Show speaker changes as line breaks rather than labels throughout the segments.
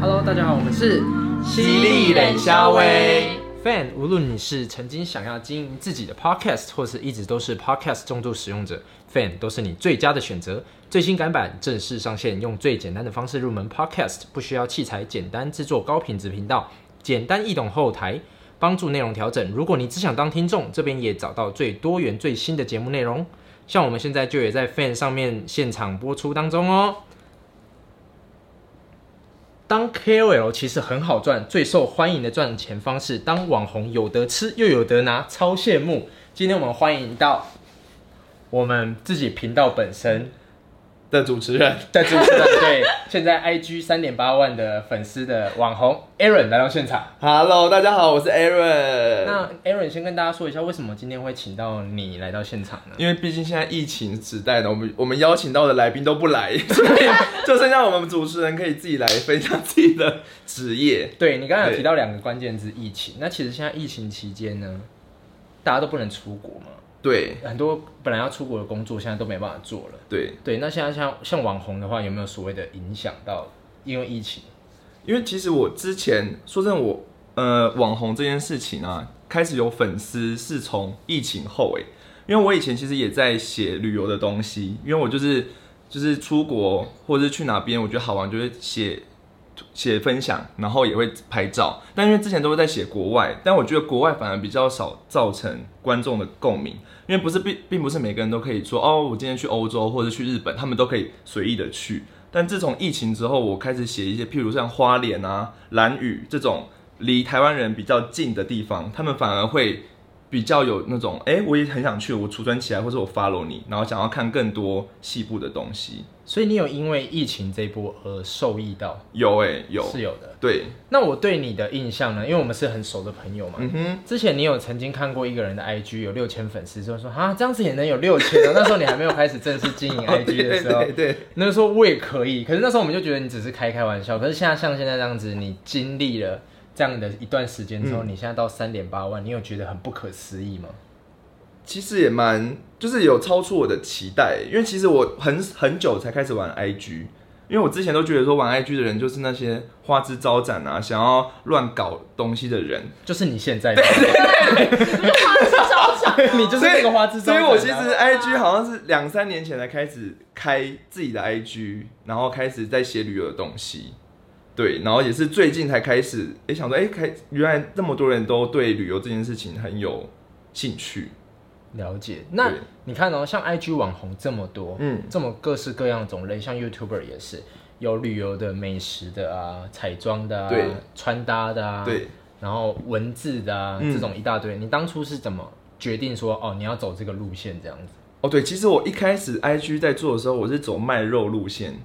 Hello，大家好，我们是
犀利冷肖威
Fan。无论你是曾经想要经营自己的 Podcast，或是一直都是 Podcast 重度使用者，Fan 都是你最佳的选择。最新改版正式上线，用最简单的方式入门 Podcast，不需要器材，简单制作高品质频道，简单易懂后台，帮助内容调整。如果你只想当听众，这边也找到最多元最新的节目内容。像我们现在就也在 Fan 上面现场播出当中哦。当 KOL 其实很好赚，最受欢迎的赚钱方式，当网红有得吃又有得拿，超羡慕。今天我们欢迎到我们自己频道本身
的主持人。
的主持人，对，现在 IG 三点八万的粉丝的网红 Aaron 来到现场。
Hello，大家好，我是 Aaron。
那 Aaron 先跟大家说一下，为什么今天会请到你来到现场呢？
因为毕竟现在疫情时代呢，我们我们邀请到的来宾都不来， 所以就剩下我们主持人可以自己来分享自己的职业。
对你刚才有提到两个关键字，疫情。那其实现在疫情期间呢，大家都不能出国嘛，
对
很多本来要出国的工作现在都没办法做了。
对，
对，那现在像像网红的话，有没有所谓的影响到因为疫情？
因为其实我之前说真的我，呃网红这件事情啊，开始有粉丝是从疫情后诶、因为我以前其实也在写旅游的东西，因为我就是就是出国或者是去哪边，我觉得好玩就会写写分享，然后也会拍照。但因为之前都是在写国外，但我觉得国外反而比较少造成观众的共鸣，因为不是并并不是每个人都可以说哦，我今天去欧洲或者去日本，他们都可以随意的去。但自从疫情之后，我开始写一些，譬如像花莲啊、兰屿这种离台湾人比较近的地方，他们反而会比较有那种，哎、我也很想去，我储存起来，或者我 follow 你，然后想要看更多细部的东西。
所以你有因为疫情这一波而受益到？
有哎、有，
是有的。
对，
那我对你的印象呢？因为我们是很熟的朋友嘛。
嗯哼，
之前你有曾经看过一个人的 IG 有六千粉丝，就说啊这样子也能有六千哦。那时候你还没有开始正式经营 IG 的时候
哦对，对对，
那个时候我也可以。可是那时候我们就觉得你只是开开玩笑。可是现在像现在这样子，你经历了这样的一段时间之
嗯
后，你现在到三点八万，你有觉得很不可思议吗？
其实也蛮，就是有超出我的期待，因为其实我很很久才开始玩 IG，因为我之前都觉得说玩 IG 的人就是那些花枝招展啊，想要乱搞东西的人，
就是你现在的，，
花枝招展
你就是那个花枝招
所
展
以
啊、
我其实 IG 好像是两三年前才开始开自己的 IG，然后开始在写旅游的东西，对，然后也是最近才开始，也想说，哎、开原来这么多人都对旅游这件事情很有兴趣，
了解。那
对
你看哦，像 IG 网红这么多，
嗯，
这么各式各样种类，像 YouTuber 也是有旅游的、美食的啊、彩妆的啊
对、
穿搭的啊，，
对，
然后文字的啊，
嗯
这种一大堆。你当初是怎么决定说哦，你要走这个路线这样子？
哦对，其实我一开始 IG 在做的时候，我是走卖肉路线，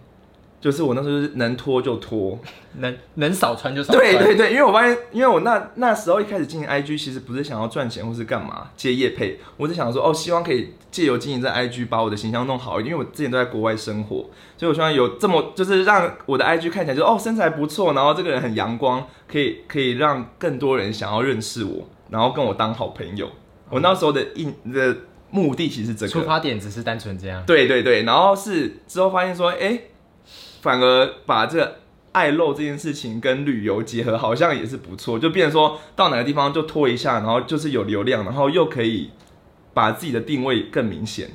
就是我那时候就是能拖就拖，
能能少穿就少穿，
对对对，因为我发现，因为我那那时候一开始经营 IG，其实不是想要赚钱或是干嘛接业配，我是想说哦，希望可以借由经营在 IG 把我的形象弄好一点，因为我之前都在国外生活，所以我希望有这么就是让我的 IG 看起来就哦身材不错，然后这个人很阳光，可以可以让更多人想要认识我，然后跟我当好朋友。我那时候的印的目的其实是这个，
出发点只是单纯这样。
对对对，然后是之后发现说，哎，反而把这个爱露这件事情跟旅游结合，好像也是不错。就变成说到哪个地方就拖一下，然后就是有流量，然后又可以把自己的定位更明显。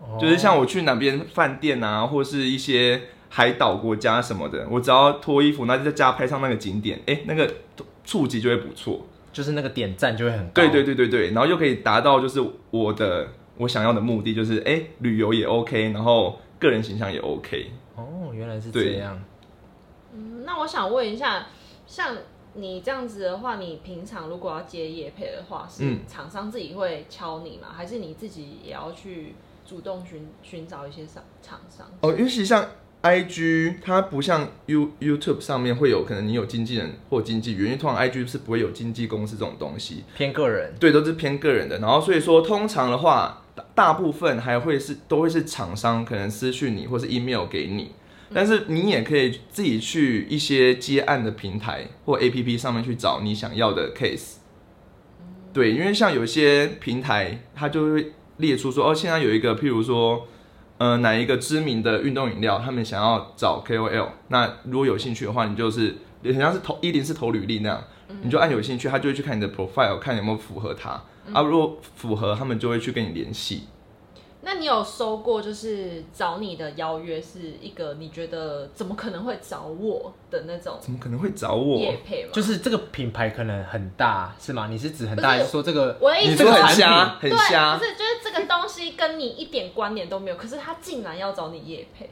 哦
就是像我去哪边饭店啊，或是一些海岛国家什么的，我只要脱衣服，那就在家拍上那个景点，哎，那个触及就会不错。
哦就是那个点赞就会很高，
对对对对对，然后又可以达到就是我的我想要的目的，就是哎、旅游也 OK，然后个人形象也 OK。
哦，原来是
对
这样。
嗯，那我想问一下，像你这样子的话，你平常如果要接业配的话，是
嗯
厂商自己会敲你吗？还是你自己也要去主动寻寻找一些厂厂商？
哦，尤其像 IG，它不像 You YouTube 上面会有可能你有经纪人或经纪人，因为通常 IG 是不会有经纪公司这种东西，
偏个人，
对，都是偏个人的。然后所以说，通常的话，大大部分还会是都会是厂商可能私讯你或是 email 给你，但是你也可以自己去一些接案的平台或 APP 上面去找你想要的 case。对，因为像有些平台，它就会列出说，哦，现在有一个，譬如说，呃，哪一个知名的运动饮料，他们想要找 KOL，那如果有兴趣的话，你就是很像是投一零是投履历那样，
嗯
你就按有兴趣，他就会去看你的 profile，看有没有符合他。
嗯
啊，如果符合，他们就会去跟你联系。
那你有收过就是找你的邀约是一个你觉得怎么可能会找我的那种
怎么可能会找我？
业配吗？
就是这个品牌可能很大，是吗？你是指很大，
不
还
是
是说这个？
我的意
你
思
这
说
个产
很
品
瞎，很
对，
瞎
不。是，就是这个东西跟你一点关联都没有，可是他竟然要找你夜配，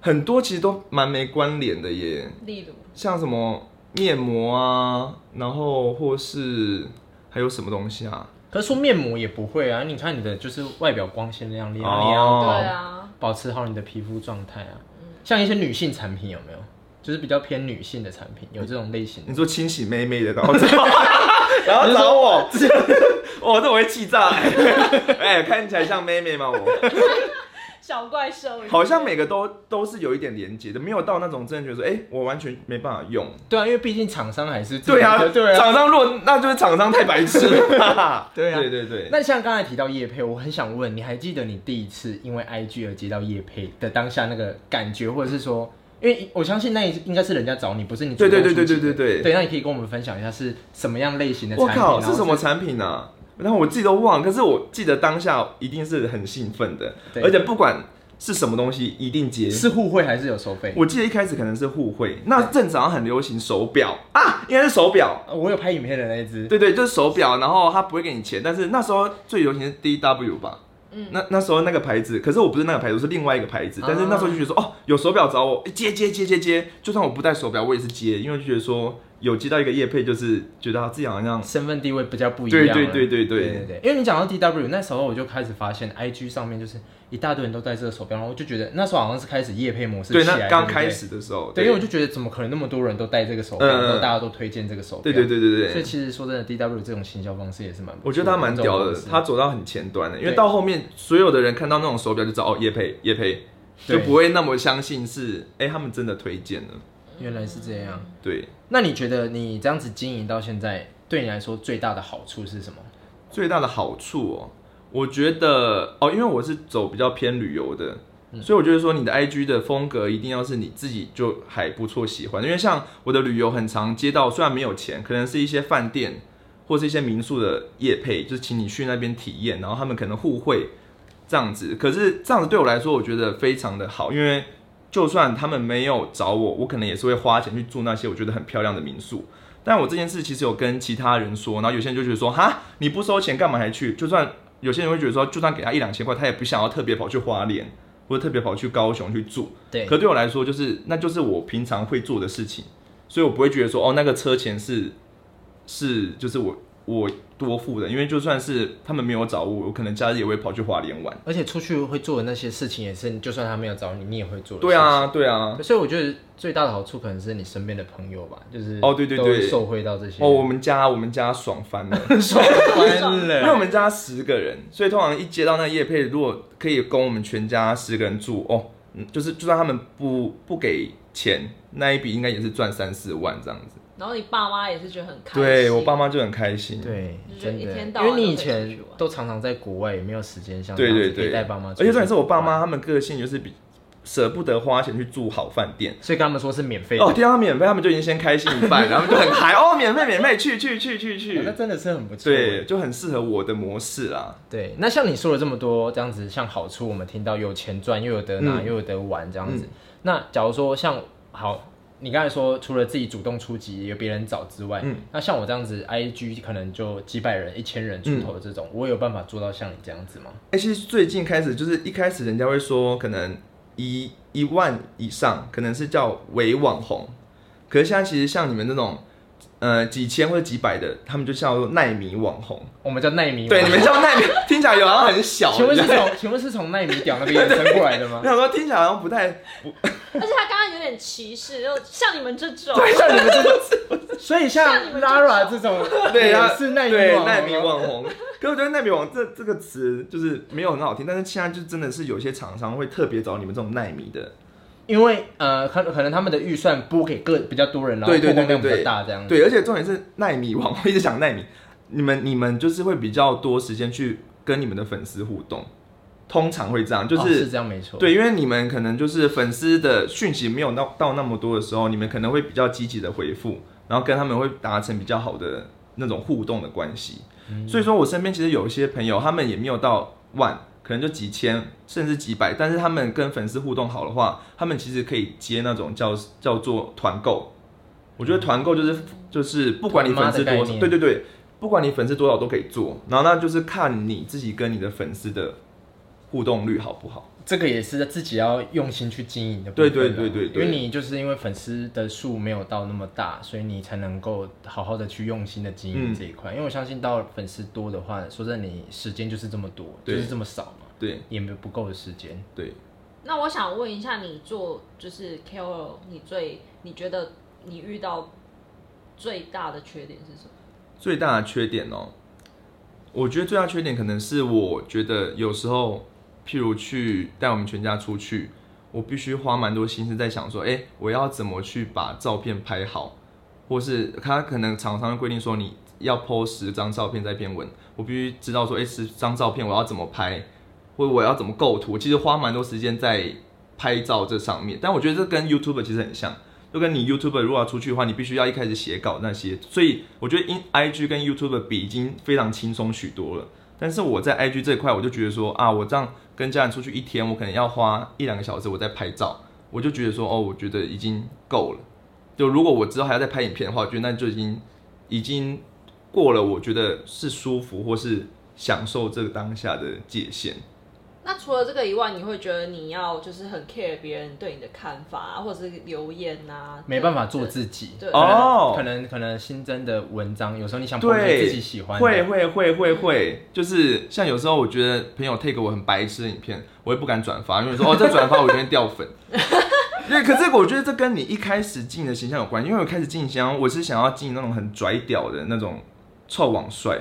很多其实都蛮没关联的耶，
例如
像什么面膜啊，然后或是还有什么东西啊？
可是说面膜也不会啊，你看你的就是外表光鲜亮丽啊，
哦
你也要
对
保
啊，
保持好你的皮肤状态啊。
嗯
像一些女性产品有没有？就是比较偏女性的产品，有这种类型的
你。说清洗妹妹的，然后找， 然后找我， 我这我会气炸。 哎，看起来像妹妹吗？我
小怪兽
好像每个都都是有一点连接的，没有到那种真的觉得说，哎，我完全没办法用。
对啊，因为毕竟厂商还是自己
对啊
的， 对啊。
厂商如果那就是厂商太白痴了。
对啊
对对对。
那像刚才提到叶配，我很想问，你还记得你第一次因为 IG 而接到叶配的当下那个感觉，或者是说，因为我相信那应该是人家找你，不是你主动
对对
出
对
击的
对对对对
对，那你可以跟我们分享一下是什么样类型的产
我
品？
靠，
然后
是什么？产品啊？然后我自己都忘了，可是我记得当下一定是很兴奋的，
对
而且不管是什么东西，一定接。
是互惠还是有收费？
我记得一开始可能是互惠，那阵子好像很流行手表啊，应该是手表，
呃我有拍影片的那一只，
对对，就是手表，然后他不会给你钱，但是那时候最流行是 D W 吧，
嗯
那那时候那个牌子，可是我不是那个牌子，我是另外一个牌子，但是那时候就觉得说，哦，有手表找我，诶接接接接接，就算我不戴手表，我也是接，因为就觉得说有接到一个业配，就是觉得自己好像
身份地位比较不一样了。
对对对对
对
对
对对因为你讲到 D W 那时候，我就开始发现 I G 上面就是一大堆人都戴这个手表，然后我就觉得那时候好像是开始夜配模式
对，
起
那
来
刚
不
开始的时候，
对，因为我就觉得怎么可能那么多人都戴这个手表，
嗯嗯
然后大家都推荐这个手表，
对对对对
所以
对，
其实说真的，D W 这种行销方式也是蛮不错的，
我觉得他蛮屌
这种
的
方，式
他走到很前端的，因为
对
到后面所有的人看到那种手表就知道哦，叶佩叶佩，
对
就不会那么相信是哎、他们真的推荐了，
原来是这样。
对，
那你觉得你这样子经营到现在，对你来说最大的好处是什么？
最大的好处哦，我觉得哦，因为我是走比较偏旅游的。所以我觉得说，你的 IG 的风格一定要是你自己就还不错喜欢的，因为像我的旅游很常接到，虽然没有钱，可能是一些饭店或是一些民宿的业配，就是请你去那边体验，然后他们可能互惠这样子。可是这样子对我来说，我觉得非常的好，因为就算他们没有找我，我可能也是会花钱去住那些我觉得很漂亮的民宿。但我这件事其实有跟其他人说，然后有些人就觉得说，哈，你不收钱干嘛还去？就算有些人会觉得说，就算给他一两千块，他也不想要特别跑去花莲，或者特别跑去高雄去住。
对，
可对我来说，就是那就是我平常会做的事情，所以我不会觉得说，哦，那个车钱是是就是我我多付的，因为就算是他们没有找我，我可能假日也会跑去花莲玩。
而且出去会做的那些事情，也是就算他没有找你，你也会做的。
对，啊，对啊。
所以我觉得最大的好处可能是你身边的朋友吧，就是
哦对对对
都会受惠到这些。
哦，我们家我们家爽翻了。
爽翻
因为我
了。
们家十个人，所以通常一接到那个叶配，如果可以供我们全家十个人住哦，嗯就是就算他们不不给钱，那一笔应该也是赚三四万这样子。
然后你爸妈也是觉得很开心，
对我爸妈就很开心。
对，
就觉得
真
一
的，
天
因
到晚
为你以
都可以
前
出去玩
都常常在国外，也没有时间像
对
这样
对
子可以
对，
带爸妈出
而
去。
且重点是我爸妈他们个性就是比舍不得花钱去住好饭店。
所以跟他们说是免费的。
哦，听到免费，他们就已经先开心一半，然后就很嗨哦，免费免费，去去去去
哦 那
去，
真的是很不错。
对，就很适合我的模式啦。
对，那像你说了这么多这样子，像好处我们听到有钱赚，又有得拿，
嗯
又有得玩这样子。那假如说像好，你刚才说除了自己主动出击，有别人找之外，
嗯
那像我这样子，IG 可能就几百人、一千人出
嗯
头的这种，我有办法做到像你这样子吗？
哎、其实最近开始就是一开始人家会说可能一一万以上，可能是叫伪网红。可是现在其实像你们那种，呃，几千或者几百的，他们就叫做奈米网红。
我们叫奈米网
对，你们叫奈米，听起来有好像很 小。
请问是
你知道吗
从请问是从奈米屌那边衍生过来的吗
我？想说听起来好像 不太
而且他刚刚有点歧视，就像你们这种，
对，像你们这种，所以像
像你们这种
Lara 这种，
对，
也
然后
是奈米
对
网红
奈米网红。可我觉得奈米网这这个词就是没有很好听，但是现在就真的是有些厂商会特别找你们这种奈米的。
因为呃，可可能他们的预算拨给个比较多人，然后
对
曝
对对
光
对
量比
对，
较大这样子。
对，而且重点是奈米网，我一直想奈米，你们你们就是会比较多时间去跟你们的粉丝互动？通常会这样，就
哦
是
是这样没错。，
对，因为你们可能就是粉丝的讯息没有到到那么多的时候，你们可能会比较积极的回复，然后跟他们会达成比较好的那种互动的关系。
嗯
所以说我身边其实有一些朋友，他们也没有到万，可能就几千甚至几百，但是他们跟粉丝互动好的话，他们其实可以接那种叫叫做团购。我觉得团购就是就是不管你粉丝多
嗯团妈的概
少，
念
对对对，不管你粉丝多少都可以做，然后那就是看你自己跟你的粉丝的互动率好不好。
这个也是自己要用心去经营的部
对
分啊。
对对对对
因为你就是因为粉丝的数没有到那么大，所以你才能够好好的去用心的经营
嗯
这一块。因为我相信到粉丝多的话，说真的，你时间就是这么多，就
对
是这么少嘛，
对
也没有不够的时间。
对，
那我想问一下，你做就是 KOL，你最你觉得你遇到最大的缺点是什么？
最大的缺点哦，我觉得最大缺点可能是我觉得有时候，譬如去带我们全家出去，我必须花蛮多心思在想说，哎、我要怎么去把照片拍好，或是他可能厂商会规定说你要 po 十张照片在篇文，我必须知道说，哎、十张照片我要怎么拍，或者我要怎么构图，其实花蛮多时间在拍照这上面。但我觉得这跟 YouTube 其实很像。就跟你 YouTube 如果要出去的话，你必须要一开始写稿那些，所以我觉得 in IG 跟 YouTube 比已经非常轻松许多了。但是我在 IG 这块，我就觉得说啊，我这样跟家人出去一天，我可能要花一两个小时我在拍照，我就觉得说哦，我觉得已经够了。就如果我之后还要再拍影片的话，我觉得那就已经已经过了，我觉得是舒服或是享受这个当下的界限。
那除了这个以外，你会觉得你要就是很 care 别人对你的看法、啊，或者是留言啊呐、
没办法做
己。
自己，
对
可能
哦
可能可能新增的文章，有时候你想碰
对，
自己喜欢的，
会会会会会，就是像有时候我觉得朋友 take 我很白痴的影片，我也不敢转发，因为说哦这转发我就会掉粉。 对，可是我觉得这跟你一开始进的形象有关，因为我一开始进形象，我是想要进那种很拽屌的那种臭网帅，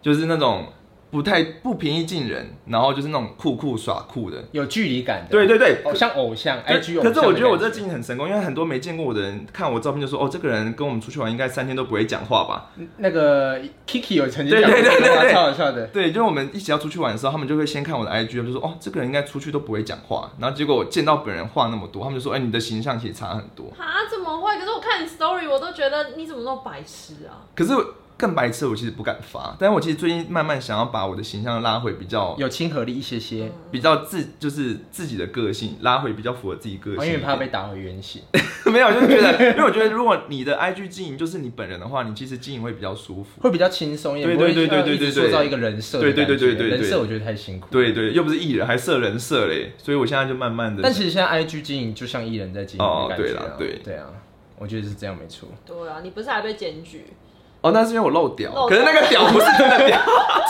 就是那种不太不平易近人，然后就是那种酷酷耍酷的。
有距离感的，
对对对，
哦，像偶像
可
IG 偶像的感。
可是我觉得我这经营很成功，因为很多没见过我的人看我照片就说，哦，这个人跟我们出去玩应该三天都不会讲话吧？
那个 Kiki 有曾经
对
讲过这
对对
句话，
对对
超好笑的。
对，就是我们一起要出去玩的时候，他们就会先看我的 IG，他们就说哦，这个人应该出去都不会讲话。然后结果我见到本人话那么多，他们就说，哎、你的形象其实差很多。
啊？怎么会？可是我看你 story，我都觉得你怎么那么白痴啊？
可是更白痴，我其实不敢发。但是我其实最近慢慢想要把我的形象拉回比较
有亲和力一些些，
比较自，就是自己的个性，拉回比较符合自己个性一
哦因
点。
为怕被打回原形。
没有，就是觉得，因为我觉得如果你的 IG 经营就是你本人的话，你其实经营会比较舒服。
会比较轻松，也
对
不会
对对
需要
对
一直
对对
塑造一个人设的
对
感觉。
对对对对对
人设我觉得太辛苦。
对对，又不是艺人，还设人设嘞，所以我现在就慢慢的。
但其实现在 IG 经营就像艺人在经营的
哦
感觉啊
对啦对
对啊，我觉得是这样没错。
对啊，你不是还被检举？
哦，那是因为我漏屌，
漏
可是那个屌不是真的屌。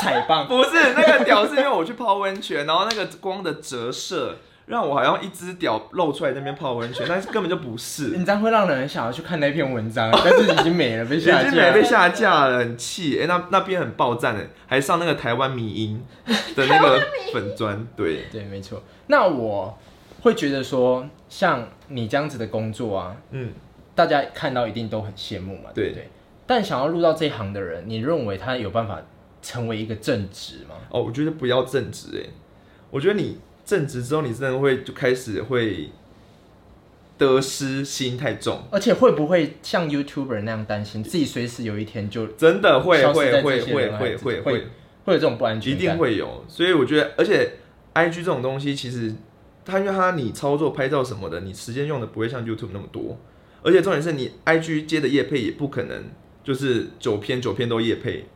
踩棒，
不是那个屌，是因为我去泡温泉，然后那个光的折射让我好像一只屌露出来在那边泡温泉，但是根本就不是，
你这样会让人想要去看那篇文章，但是已经没了， 被
已
下架。
经没被下架了，很气。哎、那那边很爆赞哎，还上那个台湾迷音的那个粉砖，对，
对，没错。那我会觉得说，像你这样子的工作啊，
嗯，
大家看到一定都很羡慕嘛，对
对
不对？但想要入到这一行的人，你认为他有办法成为一个正职吗？
哦，我觉得不要正直哎，我觉得你正直之后，你真的会就开始会得失心太重。
而且会不会像 YouTuber 那样担心自己随时有一天就
真的会
消失
会
在
会
这些
会
人海之
会会
中会
会
会有这种不安全
一
感？
定会有。所以我觉得，而且 I G 这种东西，其实它因为它你操作拍照什么的，你时间用的不会像 YouTube 那么多。而且重点是你 I G 接的业配也不可能就是九篇九篇都业配，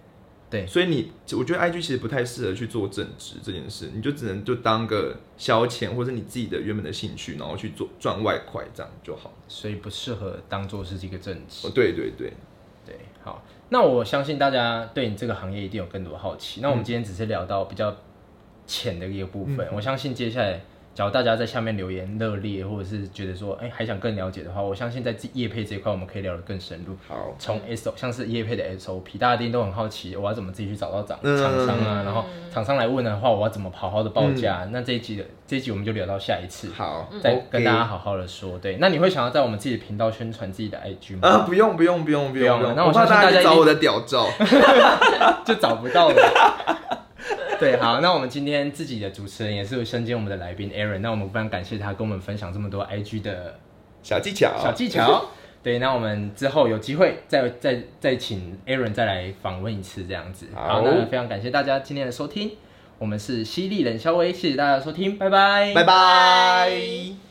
对
所以你我觉得 I G 其实不太适合去做正职这件事，你就只能就当个消遣或者你自己的原本的兴趣，然后去做赚外快这样就好。
所以不适合当做是一个正
哦
职。，
对对对，
对，好，那我相信大家对你这个行业一定有更多好奇。
嗯
那我们今天只是聊到比较浅的一个部分，我相信接下来。假如大家在下面留言热烈，或者是觉得说，哎、还想更了解的话，我相信在业配这一块，我们可以聊得更深入。
好，
从 S O 像是业配的 SOP，大家一定都很好奇，我要怎么自己去找到厂
嗯
厂商啊？然后厂商来问的话，我要怎么好好的报价？
嗯
那这一集的这一集我们就聊到下一次，
好，
嗯再
OK
跟大家好好的说。对，那你会想要在我们自己的频道宣传自己的 IG 吗？
啊，不用不用不用不
用
用，
了那我
我
相
怕
信
大
大家
家去
一
找
定
我的屌照。
就找不到了。 对，好，那我们今天自己的主持人也是身兼我们的来宾 Aaron，那我们非常感谢他跟我们分享这么多 IG 的
小技巧，
小技巧。对，那我们之后有机会再再再请 Aaron 再来访问一次这样子。
好
那非常感谢大家今天的收听，我们是犀利冷肖威，谢谢大家的收听，拜拜，
拜拜。